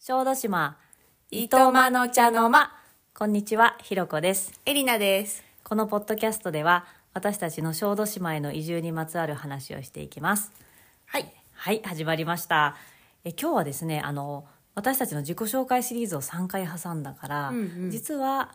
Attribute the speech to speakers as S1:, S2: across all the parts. S1: 小豆島、いとまの茶の間。こんにちは、ひろこです。
S2: エリナです。
S1: このポッドキャストでは、私たちの小豆島への移住にまつわる話をしていきます。
S2: はい。
S1: はい、始まりました。え今日はですね、あの、私たちの自己紹介シリーズを3回挟んだから、
S2: うんうん
S1: 実は、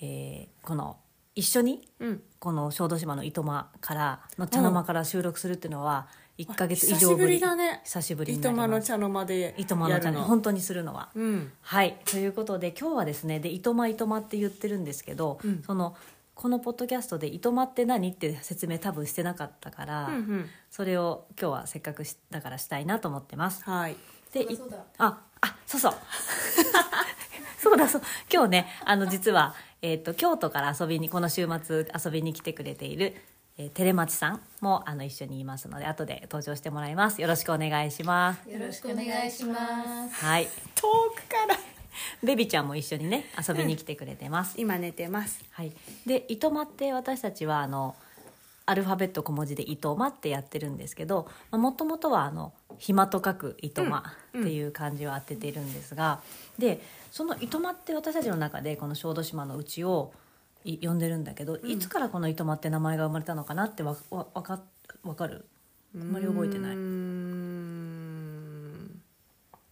S1: えーこの、一緒に、
S2: うん。
S1: この小豆島の糸間から、の茶の間から収録するっていうのは、1ヶ月以
S2: 久し
S1: 上
S2: ぶ
S1: ぶり。
S2: りだね。
S1: 久しぶり
S2: い
S1: にな
S2: と
S1: りま
S2: ますの茶の間で。
S1: 糸間の茶の間、本当にするのは。
S2: うん。
S1: はいということで今日はですねで「いとまいとま」って言ってるんですけど、
S2: うん
S1: そのこのポッドキャストで「いとまって何?」って説明多分してなかったから、
S2: うんうん。
S1: それを今日はせっかくしだからしたいなと思ってます。
S2: はい。
S1: でいああそう そうそうだそう今日ねあの実は、えっと京都から遊びにこの週末遊びに来てくれている、えー、テレマチさんもあの一緒にいますので後で登場してもらいますよろしくお願いします
S3: よろしくお願いします。
S1: はい
S2: 遠くから。
S1: ベビちゃんも一緒にね遊びに来てくれてます、
S2: 今寝てます。
S1: はい、で「いとま」って私たちはあのアルファベット小文字で「いとま」ってやってるんですけどもともとはあの「暇」と書く「いとま」っていう漢字を当てているんですが、でその「いとま」って私たちの中でこの小豆島のうちをい呼んでるんだけど、いつからこの「いとま」って名前が生まれたのかなってわわわかわかるあんまり覚えてないう
S2: ーん。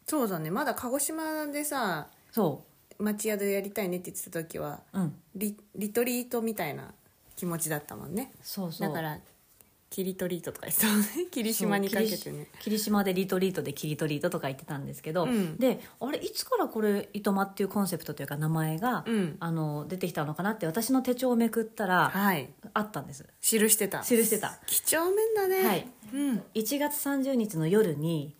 S2: そうだね。まだ鹿児島でさ、
S1: そ
S2: 町宿やりたいねって言ってた時は、
S1: ううん
S2: リリトリートみたいな気持ちだったもんね。
S1: そうそう
S2: だから、キリトリートとか言ってたもんね。霧島にかけてね。
S1: そう霧霧島でリトリートでキリトリートとか言ってたんですけど、
S2: うん
S1: であれいつからこれ「いとま」っていうコンセプトというか名前が、
S2: うん
S1: あの出てきたのかなって私の手帳をめくったら
S2: はい。
S1: あったんです
S2: 記してた。
S1: 記してた
S2: 几帳面だね。
S1: はい。
S2: うん。
S1: 1月30日の夜に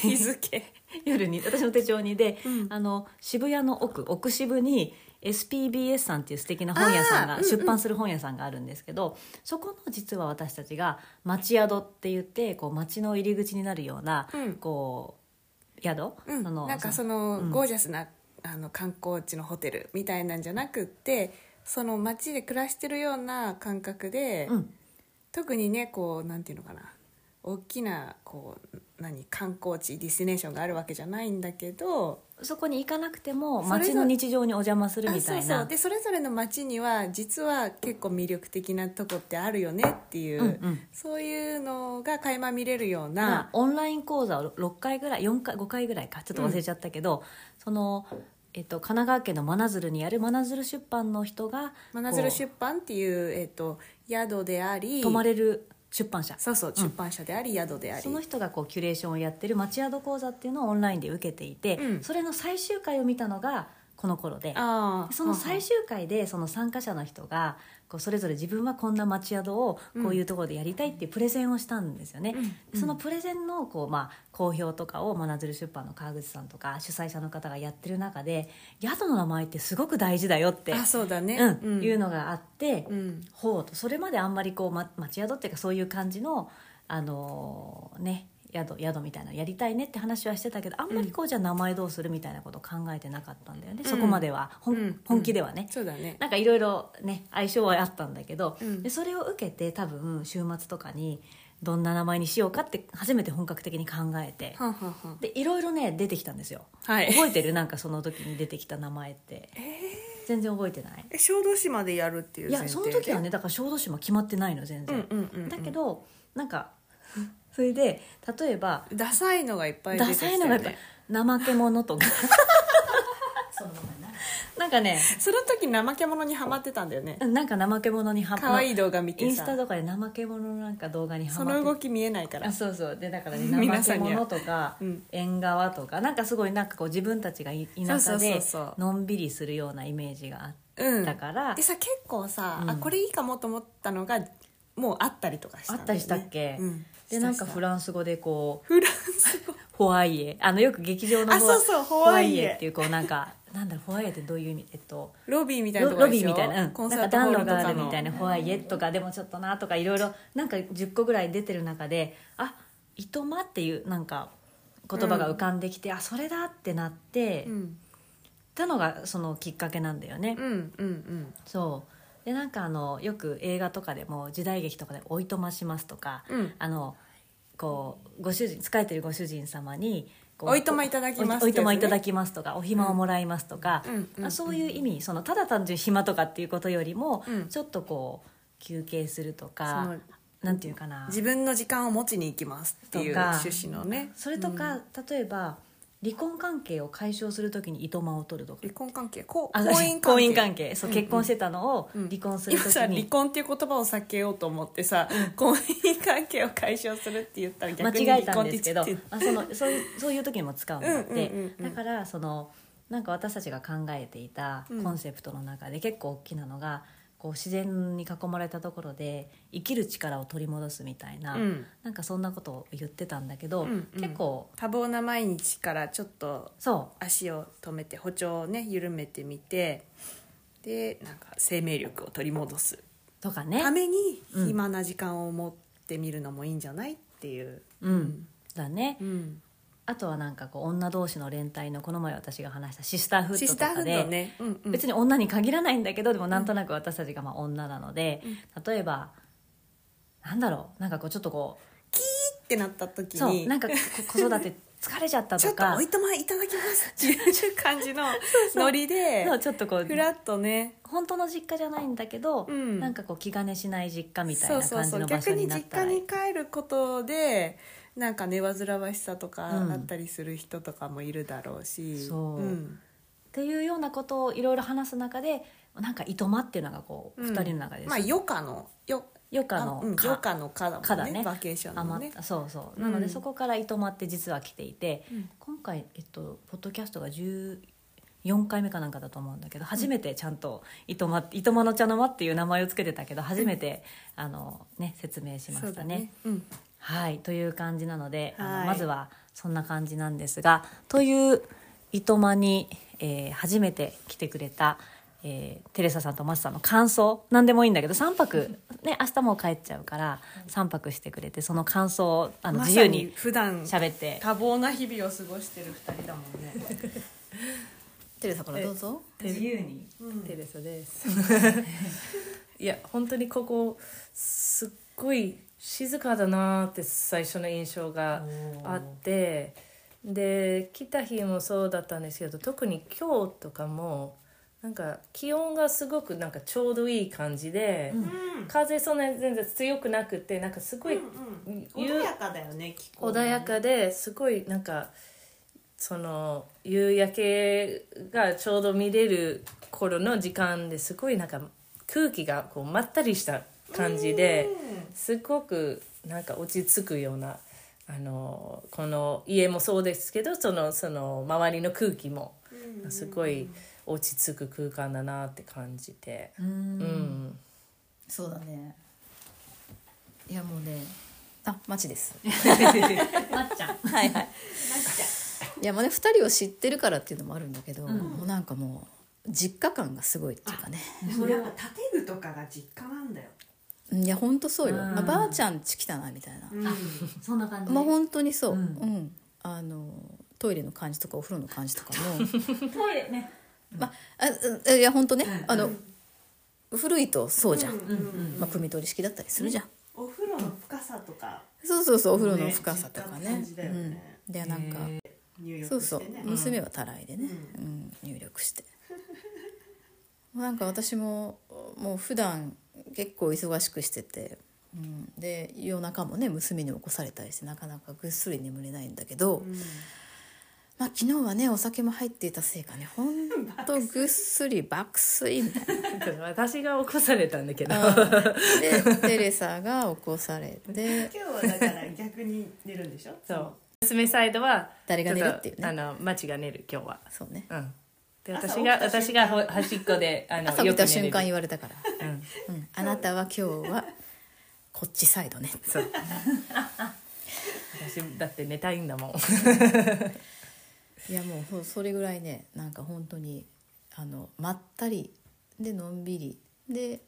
S2: 日付。
S1: 夜に私の手帳にで、
S2: うん
S1: あの渋谷の奥奥渋に SPBS さんっていう素敵な本屋さん
S2: あ
S1: が
S2: ーうんうん
S1: 出版する本屋さんがあるんですけど、そこの実は私たちが町宿って言ってこう町の入り口になるような、
S2: うん
S1: こう宿、
S2: うん、
S1: あの
S2: なんかそ
S1: うん
S2: のゴージャスな、あの観光地のホテルみたいなんじゃなくってその街で暮らしてるような感覚で、
S1: うん、
S2: 特にねこうなんていうのかな大きなこう何観光地ディスティネーションがあるわけじゃないんだけど
S1: そこに行かなくても
S2: それぞ
S1: 街の日常にお邪魔する
S2: あ
S1: み
S2: そ
S1: た
S2: う
S1: い
S2: そ
S1: な
S2: うでそれぞれの街には実は結構魅力的なとこってあるよねっていう、
S1: うんうん
S2: そういうのが垣間見れるよう
S1: まあ
S2: な、
S1: オンライン講座を6回ぐらい4回5回ぐらいかちょっと忘れちゃったけど、その、えっと、神奈川県の真鶴にある真鶴出版の人が
S2: 真鶴
S1: こう
S2: 出版っていう、えっと宿であり
S1: 泊まれる出版社
S2: そうそう出版社であり、宿であり
S1: その人がこうキュレーションをやってる町宿講座っていうのをオンラインで受けていて、
S2: うん
S1: それの最終回を見たのがこの頃で
S2: ああ
S1: その最終回でその参加者の人がこうそれぞれ自分はこんな町宿をこういうところでやりたいっていうプレゼンをしたんですよね、
S2: うん
S1: そのプレゼンのこう、まあ、好評とかを真鶴出版の川口さんとか主催者の方がやってる中で宿の名前ってすごく大事だよって、
S2: あそうだね
S1: うんいう
S2: の
S1: のがあって、
S2: うん
S1: ほうとそれまであんまりこう、ま、町宿っていうかそういう感じの、あのーね宿宿みたいなのやりたいねって話はしてたけどあんまりこうじゃあ名前どうするみたいなことを考えてなかったんだよね、
S2: うん
S1: そこまでは、ほん
S2: うん
S1: 本気ではね、
S2: そうだね
S1: なんかいろいろね相性はあったんだけど、
S2: うん
S1: でそれを受けて多分週末とかにどんな名前にしようかって初めて本格的に考えて、
S2: はんはんはん
S1: でいろいろね出てきたんですよ
S2: はい
S1: 覚えてるなんかその時に出てきた名前って、全然覚えてない
S2: え小豆島でやるっていう
S1: い
S2: 前
S1: や
S2: 提
S1: そ
S2: で
S1: の時はねだから小豆島決まってないの全
S2: うん
S1: 然、
S2: うんうんうん
S1: だけどなんか それで例えば
S2: ダサいのがいっぱい出
S1: ダ
S2: てきた
S1: サ
S2: よ
S1: い
S2: ね
S1: のがやっぱ怠け者 とかなんかね
S2: その時怠け者にはまってたんだよね
S1: なんか怠け者にハマ
S2: 可愛い動画見
S1: イ
S2: て
S1: ンス
S2: さ
S1: タとかで怠け者のなんか動画にハ
S2: そ
S1: マって
S2: の動き見えないから
S1: あそうそうでだからね
S2: 皆
S1: 怠
S2: さ
S1: け
S2: んには
S1: 者とか、
S2: うん
S1: 縁側とかなんかすごいなんかこう自分たちがい田舎
S2: そうそ
S1: で
S2: うそうそう
S1: のんびりするようなイメージが
S2: う
S1: あ
S2: ん
S1: ったから、
S2: でさ結構さ、
S1: うん
S2: あこれいいかもと思ったのがもうあったりとかしたんだ
S1: あ
S2: よね
S1: ったりしたっけ
S2: うん
S1: でなんかフ
S2: フ
S1: ランス語でこう
S2: ランス語
S1: ホワイエあのよく劇場の
S2: あそうそう
S1: ホ
S2: ホ
S1: ワ
S2: ワ
S1: イ
S2: イエ
S1: エっていうこうなんかなんだろうホワイエってどういう意味えっと
S2: ロビーみたいな
S1: ロ
S2: とこ
S1: ロ
S2: で
S1: ビ
S2: し
S1: ー
S2: ょ
S1: みたいな,、うん、な
S2: コ
S1: ん
S2: ンサ
S1: か
S2: ートホ
S1: 暖
S2: ール
S1: 炉
S2: とか
S1: がある
S2: の
S1: みたいなホワイエとかでもちょっとなとかいろいろなんか10個ぐらい出てる中であいとまっていうなんか言葉が浮かんできて、あそれだってなって、
S2: うん
S1: たのがそのきっかけなんだよね、
S2: うんうんうん
S1: そうでなんかあのよく映画とかでも時代劇とかで「おいとまします」とか、
S2: うん
S1: あのこうご主人仕えてるご主人様にこう
S2: おいとまいただきます
S1: おいとまい
S2: って
S1: た
S2: やつね
S1: だきますとかお暇をもらいますとか、
S2: うんうんうん
S1: あそういう意味そのただ単純に暇とかっていうことよりも、
S2: うん
S1: ちょっとこう休憩すると
S2: そ
S1: か
S2: の
S1: なんていうかな
S2: 自分の時間を持ちに行きますってい
S1: と
S2: う
S1: か
S2: 趣旨のね
S1: それとか、例えば離婚関係を解消するときにいとまを取るとか
S2: 離婚関係こう
S1: あ
S2: 婚姻関係
S1: 婚姻関係そう、
S2: うんうん
S1: 結婚してたのを
S2: うん
S1: 離婚するとき
S2: 今さ離
S1: に
S2: 婚っていう言葉を避けようと思ってさ、婚姻関係を解消するって言ったら
S1: 間
S2: 逆に
S1: 違え
S2: 離
S1: たん
S2: 婚っ
S1: で
S2: て
S1: すけ
S2: 言
S1: ど
S2: って
S1: あそのそういうそういう時にも使うんだって、
S2: うんうんうんうん
S1: だからそのなんか私たちが考えていた
S2: うん
S1: コンセプトの中で結構大きなのが、こう自然に囲まれたところで生きる力を取り戻すみたいな、
S2: うん
S1: なんかそんなことを言ってたんだけど、
S2: うんうん
S1: 結構
S2: 多忙な毎日からちょっと
S1: そう
S2: 足を止めて歩調をね緩めてみてでなんか生命力を取り戻す
S1: とかね
S2: ために
S1: うん
S2: 暇な時間を持ってみるのもいいんじゃないっていう、
S1: うん、だね、
S2: うん、
S1: あとはなんかこう女同士の連帯のこの前私が話したシスターフッ
S2: シ
S1: ド
S2: ス
S1: と
S2: ターフ
S1: か
S2: ー
S1: で、
S2: ドね、うんうん、
S1: 別に女に限らないんだけどでもなんとなく私たちがまあ女なので、例えばなんだろうなんかこうちょっとこ
S2: ってなった時
S1: うそう
S2: に
S1: なんかこ子育て疲れちゃった
S2: ちょ
S1: と
S2: っと
S1: か
S2: おいとまいただ きますっていう感じのノリで
S1: そうちょっとこう
S2: フラッとね
S1: 本当の実家じゃないんだけど、
S2: うん
S1: なんかこう気兼ねしない実家みたい
S2: そ
S1: な
S2: うそう
S1: 感
S2: そ
S1: じ
S2: う
S1: の場所
S2: 逆
S1: に
S2: に
S1: な
S2: 実
S1: った
S2: 家
S1: り
S2: に帰ることでなんかね煩わしさとか
S1: うん
S2: あったりする人とかもいるだろうし、
S1: そうんっていうようなことをいろいろ話す中でなんかいとまっていうのがこう、
S2: うん
S1: 二人の中で
S2: まあ余暇のよ
S1: 余暇
S2: あ
S1: の
S2: うん
S1: か
S2: 余暇のかだもんね
S1: かだね
S2: バケーションの
S1: 余っ
S2: ね
S1: たそうそう、
S2: うん
S1: なのでそこからいとまって実は来ていて、
S2: うん
S1: 今回、えっと、ポッドキャストが14回目かなんかだと思うんだけど初めてちゃんといとま「いとまの茶の間」っていう名前をつけてたけど初めて、あのね、説明しま
S2: そう
S1: した
S2: だ
S1: ね。
S2: ね、うん、
S1: はいという感じなので、あ
S2: はい
S1: のまずはそんな感じなんですがといういとまに、えー初めて来てくれた、えーテレサさんとマスさんの感想何でもいいんだけど3泊ね明日もう帰っちゃうから3泊してくれてその感想をあの
S2: まさ
S1: 自由に
S2: 普段多
S1: 喋って、
S2: 忙な日々を過ごしてる二人だもんね、
S3: テレサからどうぞ。
S1: 自由に
S2: うん
S3: テレサです。 いや本当にここすっごい静かだなーって最初の印象があってで来た日もそうだったんですけど特に今日とかもなんか気温がすごくなんかちょうどいい感じで、
S2: うん
S3: 風そんなに全然強くなくてなんかすごい
S2: うんうん、
S3: ゆ
S2: 穏やかだよね気候もね
S3: 穏やかですごいなんかその夕焼けがちょうど見れる頃の時間ですごいなんか空気がこうまったりした感じですごくなんか落ち着くようなあのこの家もそうですけどそのその周りの空気も
S2: うん
S3: すごい落ち着く空間だなって感じて。
S1: うーん
S3: うん
S4: そうだねいやもうねあマチです
S1: なっちゃん
S4: はいはいいやもうね2人を知ってるからっていうのもあるんだけど、
S1: ん
S4: もうなんかもう実家感がすごいっていうかね
S2: でもやっぱ建具とかが実家なんだよ、
S4: うんいやほんとそうよ、
S1: うん
S4: まあ、ばあちゃんち来たなみたいな、
S2: うん
S1: そんな感じ、
S4: まあ本当にそう、
S1: う
S4: うんんあのトイレの感じとかお風呂の感じとかも
S1: トイレね
S4: まああいやほんとねあの、
S2: う
S4: 古いとそうじゃん、
S2: うんうん
S4: まあ、汲み取り式だったりするじゃん、
S2: お風呂の深さとか
S4: そうそうそうお風呂の深さとか
S2: ね実家の感
S4: ね
S2: じだよね
S4: うん、でなんか、
S2: 入
S4: そう
S2: 浴
S4: そ
S2: し
S4: う
S2: てね
S4: 娘はたらいでね、うん入力して もうなんか私ももう普段結構忙しくしてて、うん、で夜中もね娘に起こされたりしてなかなかぐっすり眠れないんだけど、
S2: うん
S4: まあ、昨日はねお酒も入っていたせいかねほんとぐっすり爆睡みたいな。
S3: 私が起こされたんだけど
S4: でテレサが起こされて
S2: 今日はだから逆に寝るんでしょ
S3: そう娘サイドは
S4: 誰が寝るっていうね
S3: ちょとあのマチが寝る今日は
S4: そうね
S3: うんで
S2: 朝
S3: 私が
S2: 起きた
S3: 私
S2: 瞬
S3: が
S2: 間
S3: ほ端っこであの
S4: 朝起きた瞬間
S3: よ
S4: 言われたから
S3: く寝れるうん
S4: うん、あなたは今日はこっちサイドね
S3: そう私だって寝たいんだもん
S4: いやもうそうそれぐらいねなんか本当にあのまったりでのんびりで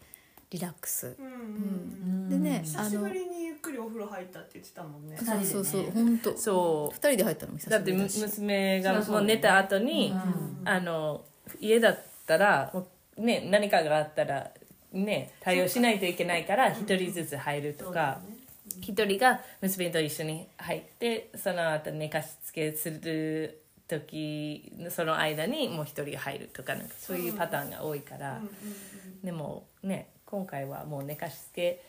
S4: リラックス
S2: うんうん
S1: う
S2: うん
S1: ん
S4: でね
S2: 久
S4: あ
S2: し
S4: の
S2: ぶりにゆっくりお風呂入ったって言ってたもんね
S1: 二人でね
S4: そうそうそう本当
S3: そう
S4: 二人で入ったのも久
S3: だ
S4: し
S3: っ
S4: ぶ
S3: て
S4: り
S3: む
S4: だし
S3: 娘が
S1: そう
S3: もう寝た後に、
S2: うん
S3: あの家だったらもうね何かがあったらね対応しないといけないから一人ずつ入るとか、
S2: そうだね
S3: 一人が娘と一緒に入ってその後寝かしつけする時その間にもう一人が入るとかなんかそういうパターンが多いから、でもね今回はもう寝かしつけ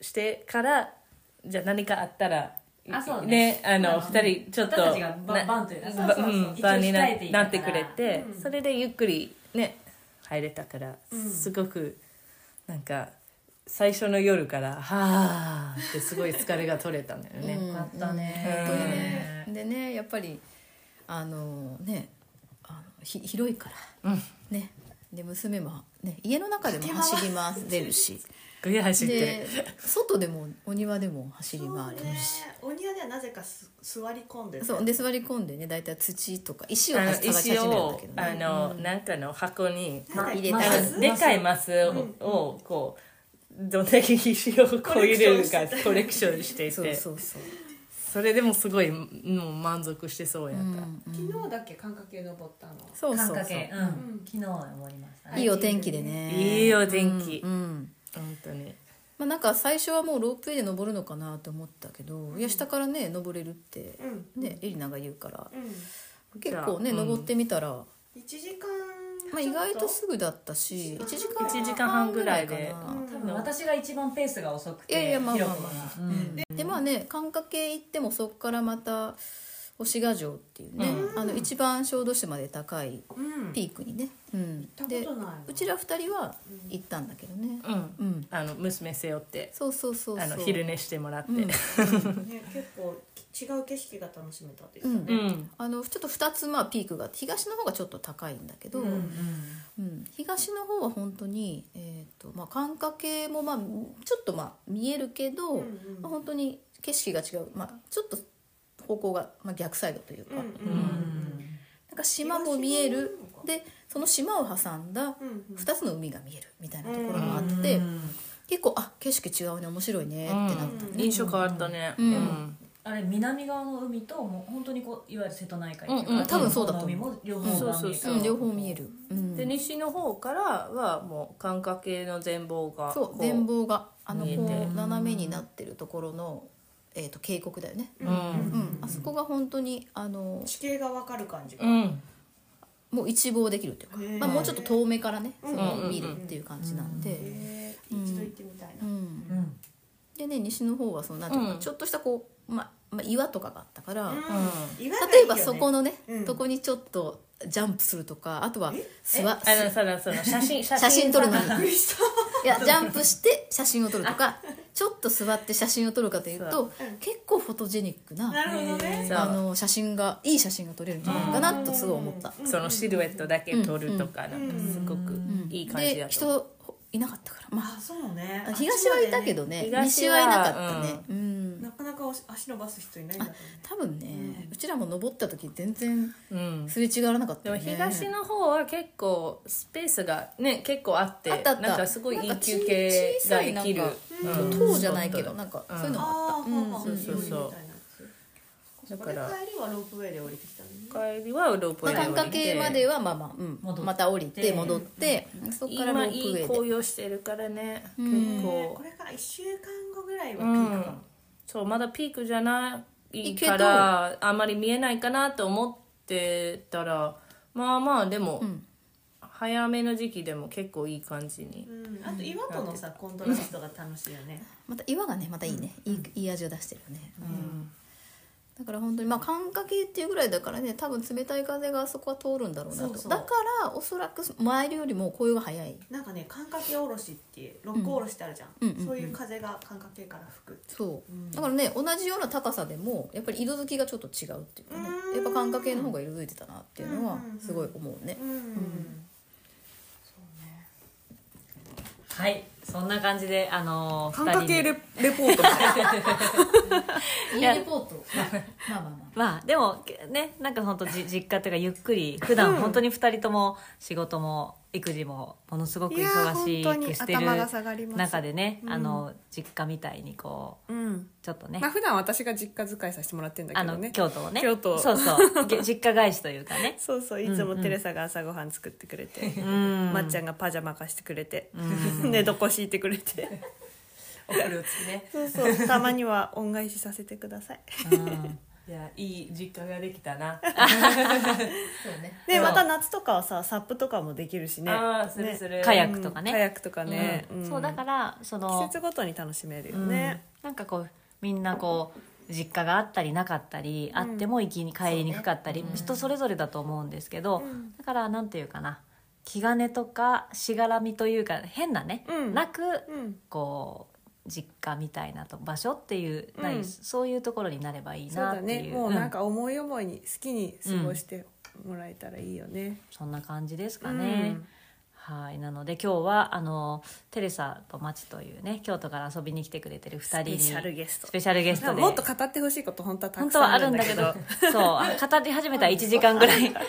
S3: してからじゃあ何かあったら
S1: あそう
S3: ね
S1: ね
S3: あの
S1: あの
S3: 2人ちょっと
S1: 私たちがば
S3: な
S1: バンというか
S3: ば
S1: そうそうそう
S3: うん
S1: 一応
S3: バンにな
S1: 控えていた
S3: な
S1: から
S3: ってくれて、それでゆっくりね入れたから、すごくなんか最初の夜から「はあ」ってすごい疲れが取れたんだよね。
S4: うん
S1: よかったね
S4: うん本当にね
S1: う
S4: でねやっぱりあのねあのひ広いから、ねで娘も、ね、家の中でも走り回れるし
S3: ぐや走って
S4: で外でもお庭でも走り回れるし。
S5: お庭ではなぜかす座り込んでる
S4: そうで座り込んでね大体土とか石を
S3: あの
S4: 探し始め
S3: 石
S4: るんだ
S3: を
S4: けど
S3: あ
S4: ね
S3: の、なんかの箱に
S5: ただ
S1: 入
S4: れ
S5: ま
S4: た
S5: あ
S4: ら
S5: マ
S3: あ
S5: ス
S3: のでっかいマスを,、をこうどんだけ石をこう入れるかコレクションしていて
S4: そうそうそう
S3: それでもすごいもう満足してそうやった、
S2: 昨日だっけ感覚系登ったの
S4: そう
S1: 感
S4: そう
S1: 覚
S4: そう
S1: 系うん昨日は終わりました
S4: いいお天気でね
S3: いいお天気、
S4: うん
S3: 本当に
S4: まあ、なんか最初はもうロープウェイで登るのかなと思ったけど、いや下からね登れるって、ねエリナが言うから、結構ね
S3: うん
S4: 登ってみたら、
S5: 1時間
S4: まあ、
S5: ちょ
S4: 意
S5: っ
S4: 外とすぐだったし1時間
S3: 1時間半ぐらいで
S4: かな
S1: 多分私が一番ペースが遅くて
S4: いやいやまあまあまあ
S1: ひろこが
S4: でまあね寒霞系行ってもそこからまた押賀城っていうね、あの一番小豆島で高いピークにね、うん
S5: 行った
S4: で
S5: ことないう
S4: ちら二人は行ったんだけどね、
S3: うん、
S4: うん、
S3: あの娘背負って
S4: そうそうそうそう
S3: あの昼寝してもらって、
S4: うん
S5: ね結構き違う景色が楽しめたって
S4: う
S5: 言って
S4: ん
S5: た
S3: う
S5: ね、
S3: ん
S4: あのちょっと2つまあピークがあって東の方がちょっと高いんだけど、うん東の方は本当に、えーとまあ、寒霞系も、まあ、ちょっとまあ見えるけど、
S5: んうん
S4: まあ、本当に景色が違う、まあ、ちょっと方向が、まあ、逆サイドというか、
S5: うん
S3: う
S5: うんん
S4: なんか島も見える
S5: 東の方
S4: でその島を挟んだ
S5: うんうん
S4: 2つの海が見えるみたいなところもあって、結構あ景色違うね面白いねってなったね、
S5: うん
S3: 印象変わったね
S4: うん
S1: あれ南側の海ともう本当にこういわゆる瀬戸内海っていうか、
S3: うんうん
S4: 多分そうだと思う
S1: 海も両方が見える
S3: そう
S4: うん両方見える、うん、
S3: で西の方からはもう感覚系の全貌が
S4: そ
S3: こ
S4: う全貌があの
S3: 見えて
S4: こう斜めになってるところの、えー、と渓谷だよね、
S3: うん
S4: うん、あそこが本当にあの
S5: 地形がわかる感じが、
S3: うん
S4: もう一望できるというか、
S5: へー
S4: まあ、もうちょっと遠目からねそ
S3: うんうんう
S4: の
S3: ん
S4: 見るっていう感じなんで、
S5: えー一度行ってみたいな、
S4: うん
S1: うん
S4: でね西の方はそのなんていうのかな
S3: うん
S4: ちょっとしたこう、まあまあ、岩とかがあったから、
S5: うん岩がいい
S4: 例え
S5: よね
S4: ばそこのね
S5: うん
S4: とこにちょっとジャンプするとかあとはすわ
S3: あのそのその写真写
S4: 写真撮るのに
S3: 撮
S5: びっくりした
S4: いやジャンプして写真を撮る とかちょっと座って写真を撮るかというと結構フォトジェニックな
S5: なるほどね
S3: そう
S4: あの写真がいい写真が撮れるんじゃないかなとすごい思った、
S3: そのシルエットだけ撮るとかなんかすごくいい感じ
S4: で
S3: だと思う、
S4: 人いなかったからま
S5: あそうね
S4: あ東はいたけど
S3: あっ
S4: ね
S3: ちはね
S4: 西はいなかったねうん、
S5: あっちはねなかなかおし足伸ばす人いないんだと思
S4: 多分ね、うちらも登った時全然
S3: うん、
S4: すれ違わなかった
S3: で
S4: よ
S3: も
S4: ね
S3: 東の方は結構スペースがね結構あって
S4: あったあった
S3: なんかすごいい
S4: ないんかち
S3: 休憩
S4: 小
S3: が
S4: さい
S3: できる
S4: なんか塔じゃないけどなんかそういうの
S5: う
S4: もあ
S5: ああ、うん、
S4: そう
S3: そうそう
S5: だ
S3: だ
S5: か
S3: からら
S5: 帰りはロープウェイで降りてきたのね
S3: 帰りはロープウェ
S4: った、
S3: イ
S4: まあ、感覚系まで
S3: は
S4: はまあまあ、うん
S1: 戻って
S4: また降りて戻って、そこからロ
S3: 今
S4: ー
S3: い
S4: プウ
S3: い
S4: ェイで
S3: 紅葉してるからね
S4: ん
S3: 結
S5: ね
S3: 構
S5: これから一週間後ぐらいは
S3: う
S5: ピークか
S3: んそうまだピークじゃない
S4: いけど
S3: からあまり見えないかなと思ってたらまあまあでも、
S4: ん
S3: 早めの時期でも結構いい感じに
S5: う、ん、あと岩とのさコントラストが楽しいよね
S4: また岩がねまたいいね、いいいい味を出してるよね、うんだから本当にまあ寒霞系っていうぐらいだからね多分冷たい風があそこは通るんだろうなと
S5: そうそう
S4: だからおそらく前よりも紅葉が早い
S5: なんかね感覚おろしって六甲おろしってあるじゃん、そういう風が感覚系から吹く
S4: そう、だからね同じような高さでもやっぱり色づきがちょっと違うっていうかね
S5: うん
S4: やっぱ寒霞系の方が色づいてたなっていうのは
S5: うん
S4: すごい思うね、
S5: うん、
S1: はいそんな感じであのー
S2: 感覚系
S1: 二人に
S2: レレポートみたいな
S4: いいレポー トまあまあまあ
S1: まあでもねなんか本当じ実家というかゆっくり普段本当に二人とも仕事も育児もものすごく
S2: いやー
S1: 忙しくして
S2: 本当に頭が下がり
S1: る
S2: ます
S1: 中でね、あの実家みたいにこう
S2: うん
S1: ちょっとね、
S2: まあ普段私が実家使いさせてもらってるんだ
S1: あ
S2: けど
S1: の
S2: ね
S1: 京都をね
S2: 京都
S1: そう そうげ実家返しというかね
S2: そうそういつもテレサが朝ごはん作ってくれて、
S1: うん
S2: まっちゃんがパジャマ化してくれて、寝床敷いてくれて
S3: オフルーツね
S2: そうそう たまには恩返しさせてください
S1: うん
S3: いやいい実家ができたな
S4: そうね
S2: で
S3: そう
S2: また夏とかはさサップとかもできるしね
S3: ああするする、
S1: カヤックとかね
S2: うんカヤックとかね、ん
S1: そうだからそ
S2: 季
S1: の
S2: 節ごとに楽しめるよ
S1: ね
S2: ね、
S1: なんかこうみんなこう実家があったりなかったり、あっても行きに帰りにくかったり、人それぞれだと思うんですけど、
S2: ん
S1: だからなんていうかな気兼ねとかしがらみというか変なね、
S2: うん
S1: なく
S2: うん
S1: こう実家みたいなと場所っていう、
S2: うん
S1: ないそういうところになればいい
S2: そう
S1: な
S2: だ
S1: っていう
S2: ねもうなん
S1: うん
S2: か思い思いに好きに過ごしてもらえたらいいよね、
S1: そんな感じですかね。
S2: うん
S1: はいなので今日はあのテレサとマチというね京都から遊びに来てくれてる2人に
S2: スペシャルゲスト
S1: スペシャルゲストで
S2: もっと語ってほしいこと本当はた
S1: 本
S2: く
S1: 当
S2: さん
S1: は
S2: あ
S1: あ
S2: る
S1: る
S2: ん
S1: ん
S2: だ
S1: だけ
S2: けど
S1: どそう語り始めたら1時間ぐらいあ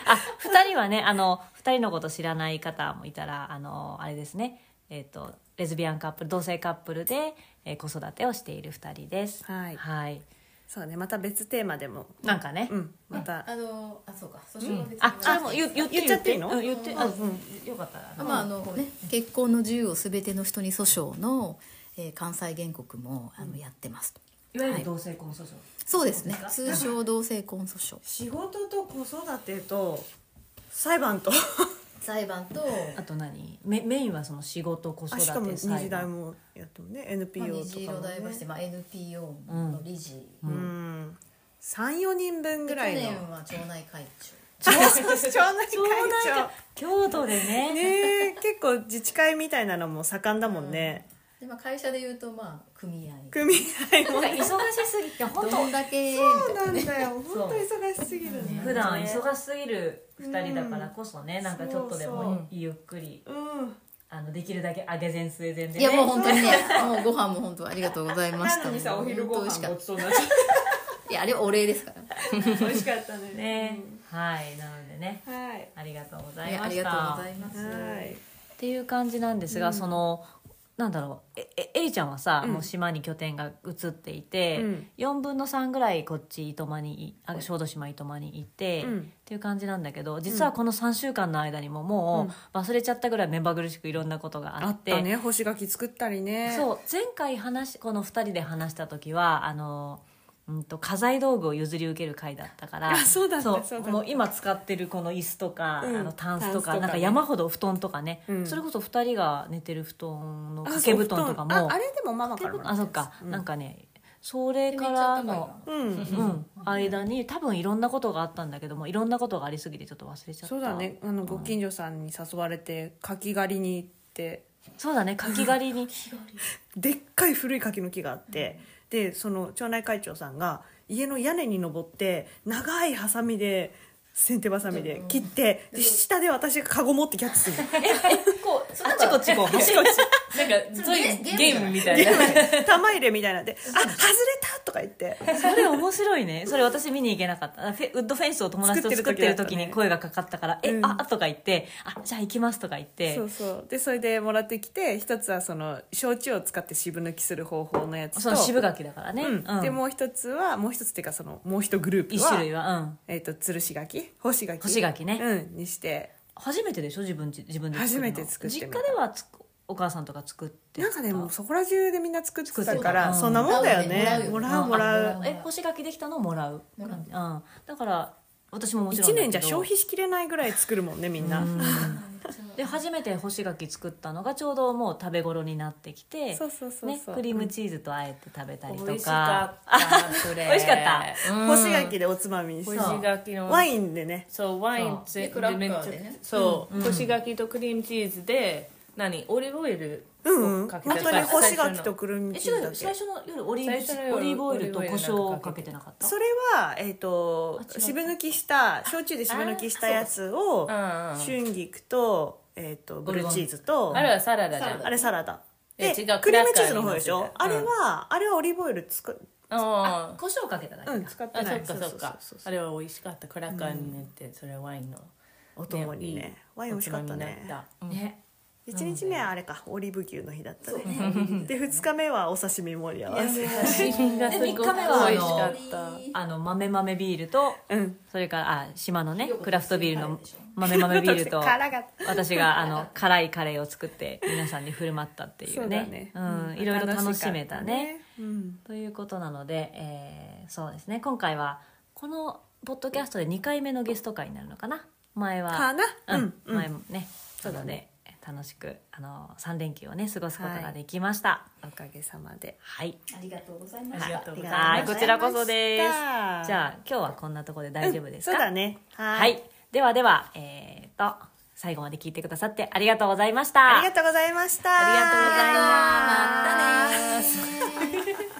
S1: 2人はねあの2人のこと知らない方もいたらあのあれですねえっ、とレズビアンカップル同性カップルで、えー子育てをしている2人です
S2: はいそうねまた別テーマでも
S1: なんかね、
S2: うんまた
S4: あのあそうか訴訟は別に
S1: あそれも言言って
S2: 言っちゃっていいの
S1: うん言ってあ、うんよかったら
S4: まああのね、結婚の自由をすべての人に訴訟の、えー関西原告もあのやってますと
S1: いわゆる同性婚訴訟、
S4: そうですね通称同性婚訴訟
S2: 仕事と子育てと裁判と
S4: 裁判と
S1: あと何メメインはその仕事子育
S2: あ
S1: て
S2: しかも
S1: 裁判
S2: 日大もやってもね NPO
S4: ま
S2: とかも、ね
S4: あ、虹色ダイバーシティ、まあ、NPO の理事、
S2: うん34人分ぐ
S4: で去
S2: らいの
S4: 年は町内会
S2: 町
S4: 長
S2: 内会
S1: そうなんか京都でね
S2: 長ねえ結構自治会みたいなのも盛んだもんね、
S4: で、まあ、会社でいうとまあ組合
S2: 組合も
S1: なんか忙しすぎて本当
S4: どんだけ
S2: そうなんだよ本当忙しすぎるね
S1: 普段忙しすぎる2人だからこそね、なんかちょっとでもゆっくり
S2: うん
S1: あのできるだけ上げ前末前で、ね、
S4: いやもう本当にね もうご飯も本当ありがとうございました本当美味しかっ
S2: ちそうになっちゃった
S4: いやあれお礼ですから
S2: 美味しかったね
S1: ね、はいなのでね
S2: はい
S1: ありがとうござ
S4: い
S1: い
S4: やあ
S1: ま
S4: り
S1: し
S4: がとう
S1: た
S4: ございます、
S2: はい
S1: っていう感じなんですが、そのなんだろうええエリちゃんはさ、もう島に拠点が移っていて、
S2: うん
S1: 4分の3ぐらいこっち糸満にいあ小豆島糸満にいて、
S2: うん
S1: っていう感じなんだけど実はこの3週間の間にももう忘れちゃったぐらい目まぐるしくいろんなことがあ
S2: あ
S1: っ。
S2: ってたね干し柿作ったりね
S1: そう前回話しこの2人で話した時はあのうんと家財道具を譲り受ける回だったから
S2: あそうだったそうだった
S1: もう今使ってるこの椅子とか、
S2: うん
S1: あのタンスとか
S2: タンスとかね
S1: なんか山ほど布団とかね、
S2: うん
S1: それこそ2人が寝てる布団の
S2: あそう
S1: 掛け布団とかも
S2: ああれでもママからも
S1: あ
S2: らった
S1: そ
S2: や
S1: っ
S2: つ
S1: か、
S2: うん
S1: なんかねそれから
S4: めっちゃ
S1: の
S4: 高、
S2: うん
S1: うん、間に多分いろんなことがあったんだけどもいろんなことがありすぎてちょっと忘れちゃった
S2: そうだねあのご近所さんに誘われて柿狩りに行って
S1: そうだねかき狩り に
S2: でっかい古い柿の木があって、でその町内会長さんが家の屋根に登って長いハサミで先手ハサミで切って、で下で私がカゴ持ってキャッチする
S4: こうそ
S1: あっちこっちこう走る
S3: なんかそういう
S4: ゲ
S3: ゲ
S4: ゲームじゃ
S3: ー
S4: な
S3: ムみ
S4: い
S3: たいな
S2: 玉入れみたいなんで「あ外れた!」とか言って
S1: それ面白いねそれ私見に行けなかったフェウッドフェンスを友達と作ってる時に声がかかったから「
S2: 作って
S1: え
S2: る時だったね
S1: あとか言って「あじゃあ行きます」とか言って
S2: そうそうでそれでもらってきて一つはその焼酎を使って渋抜きする方法のやつと
S1: その渋柿だからね、
S2: うん
S1: うん
S2: でもう一つはもう一つっていうかそのもう一グループは
S1: 一種類は、うん、
S2: えっ、と吊るし柿干し柿
S1: 干し柿ね
S2: うんにして
S1: 初めてでしょ自分ち自分で作るの
S2: 初めて作ってみた
S1: 実家ではつくお母さんとか作って
S2: なんかねもうそこら中でみんな作ってた
S1: 作って
S2: か
S1: た
S2: ら
S1: うん
S2: そんなもんだよ
S4: もらう
S2: ね
S4: よ
S2: もらう
S1: あ
S2: もら
S4: あ
S2: う
S4: も
S1: え干し柿できたのをもらう、う
S4: も
S1: ん
S4: らう
S1: だから私ももちろん
S2: 1
S1: だけど
S2: 年じゃ消費しきれないぐらい作るもんねみんな
S1: で初めて干し柿作ったのがちょうどもう食べ頃になってきて
S2: そうそうそうそう
S1: ね、クリームチーズとあえて食べたりとか、
S3: 美味しかったそれ
S1: 美味しかった
S2: 干し柿でおつまみにし
S3: 干
S2: て
S3: し柿の
S2: ワインでね
S3: そうワイン
S4: で
S3: 全
S4: クラッカー
S3: めっちゃ
S4: でね
S3: そう干し柿とクリームチーズで何オリーブオイル
S2: うんうん
S3: か
S2: 本
S3: けて
S2: 当に干し柿とくるみ
S1: え
S2: チ
S1: 違
S2: ーズ
S1: う
S2: だ
S1: よ最
S2: け
S1: 初の夜オリー
S3: 最初の
S1: ブ
S3: 夜
S1: オリーブオイルと
S3: オ
S1: 胡
S3: リーブオイル
S1: 椒をか
S3: か
S1: け
S3: け
S1: て
S3: て
S1: なかった
S2: それは、えっと
S1: あ違う
S2: 渋抜きした焼酎で渋抜きしたやつを
S3: あそう
S2: 春菊と,、えっとブルーチーズと
S3: あれはサラダじゃん
S2: あれサラダ
S3: え
S2: で
S3: 違う
S2: クリームチーズの方でし
S3: ク
S2: ょ
S3: ラッカ
S2: あ
S3: ーに
S2: れ
S3: 乗せて
S2: は、あれはオリーブオイルつく、
S3: あ
S1: 胡椒かけただけか、
S2: うん、使って
S3: あ
S2: な
S3: そ
S2: い
S3: っかそっか
S2: そうそうそう
S3: あれは美味しかったクラッカーに塗ってそれはワインの
S2: お供にね
S3: いい
S2: ワイン美味しかったね
S3: おつまみになったうん
S1: ね
S2: 1日目はあれかオリーブ牛の日だった
S5: そう
S2: ね
S5: ね
S2: で2日目はお刺身盛り合わせ
S3: 写真がすごく
S1: で
S3: 美
S1: 三
S3: 味し
S1: 日 目は
S3: かった
S1: あの豆豆ビールと
S2: うん
S1: それからあ島のね
S5: よく
S1: クラフトビールの
S5: スー
S1: 豆豆ビール と
S2: 辛かっ
S1: 私があの辛いカレーを作って皆さんに振る舞ったってい
S2: そううだね
S1: ねうんいろいろ楽しめたね。
S2: うん
S1: ということなので、えーそうですね今回はこのポッドキャストで2回目のゲスト会になるのかな前は
S2: かな
S1: うん
S2: うん
S1: 前もねそうだね楽しくあの3連休をね過ごすことができました
S2: おかげさまで
S1: はい、
S5: ありがとうございま
S3: ありがとうございました
S1: はいこちらこそですじ
S2: あ
S1: ゃあ今日はこんなところで大丈夫ですか、
S2: そうだね
S1: は
S2: はい
S1: ではではえー、と最後まで聞いてくださってありがとうございました
S2: ありがとうございました
S1: ありがとうございます
S2: ま
S1: またね
S5: たね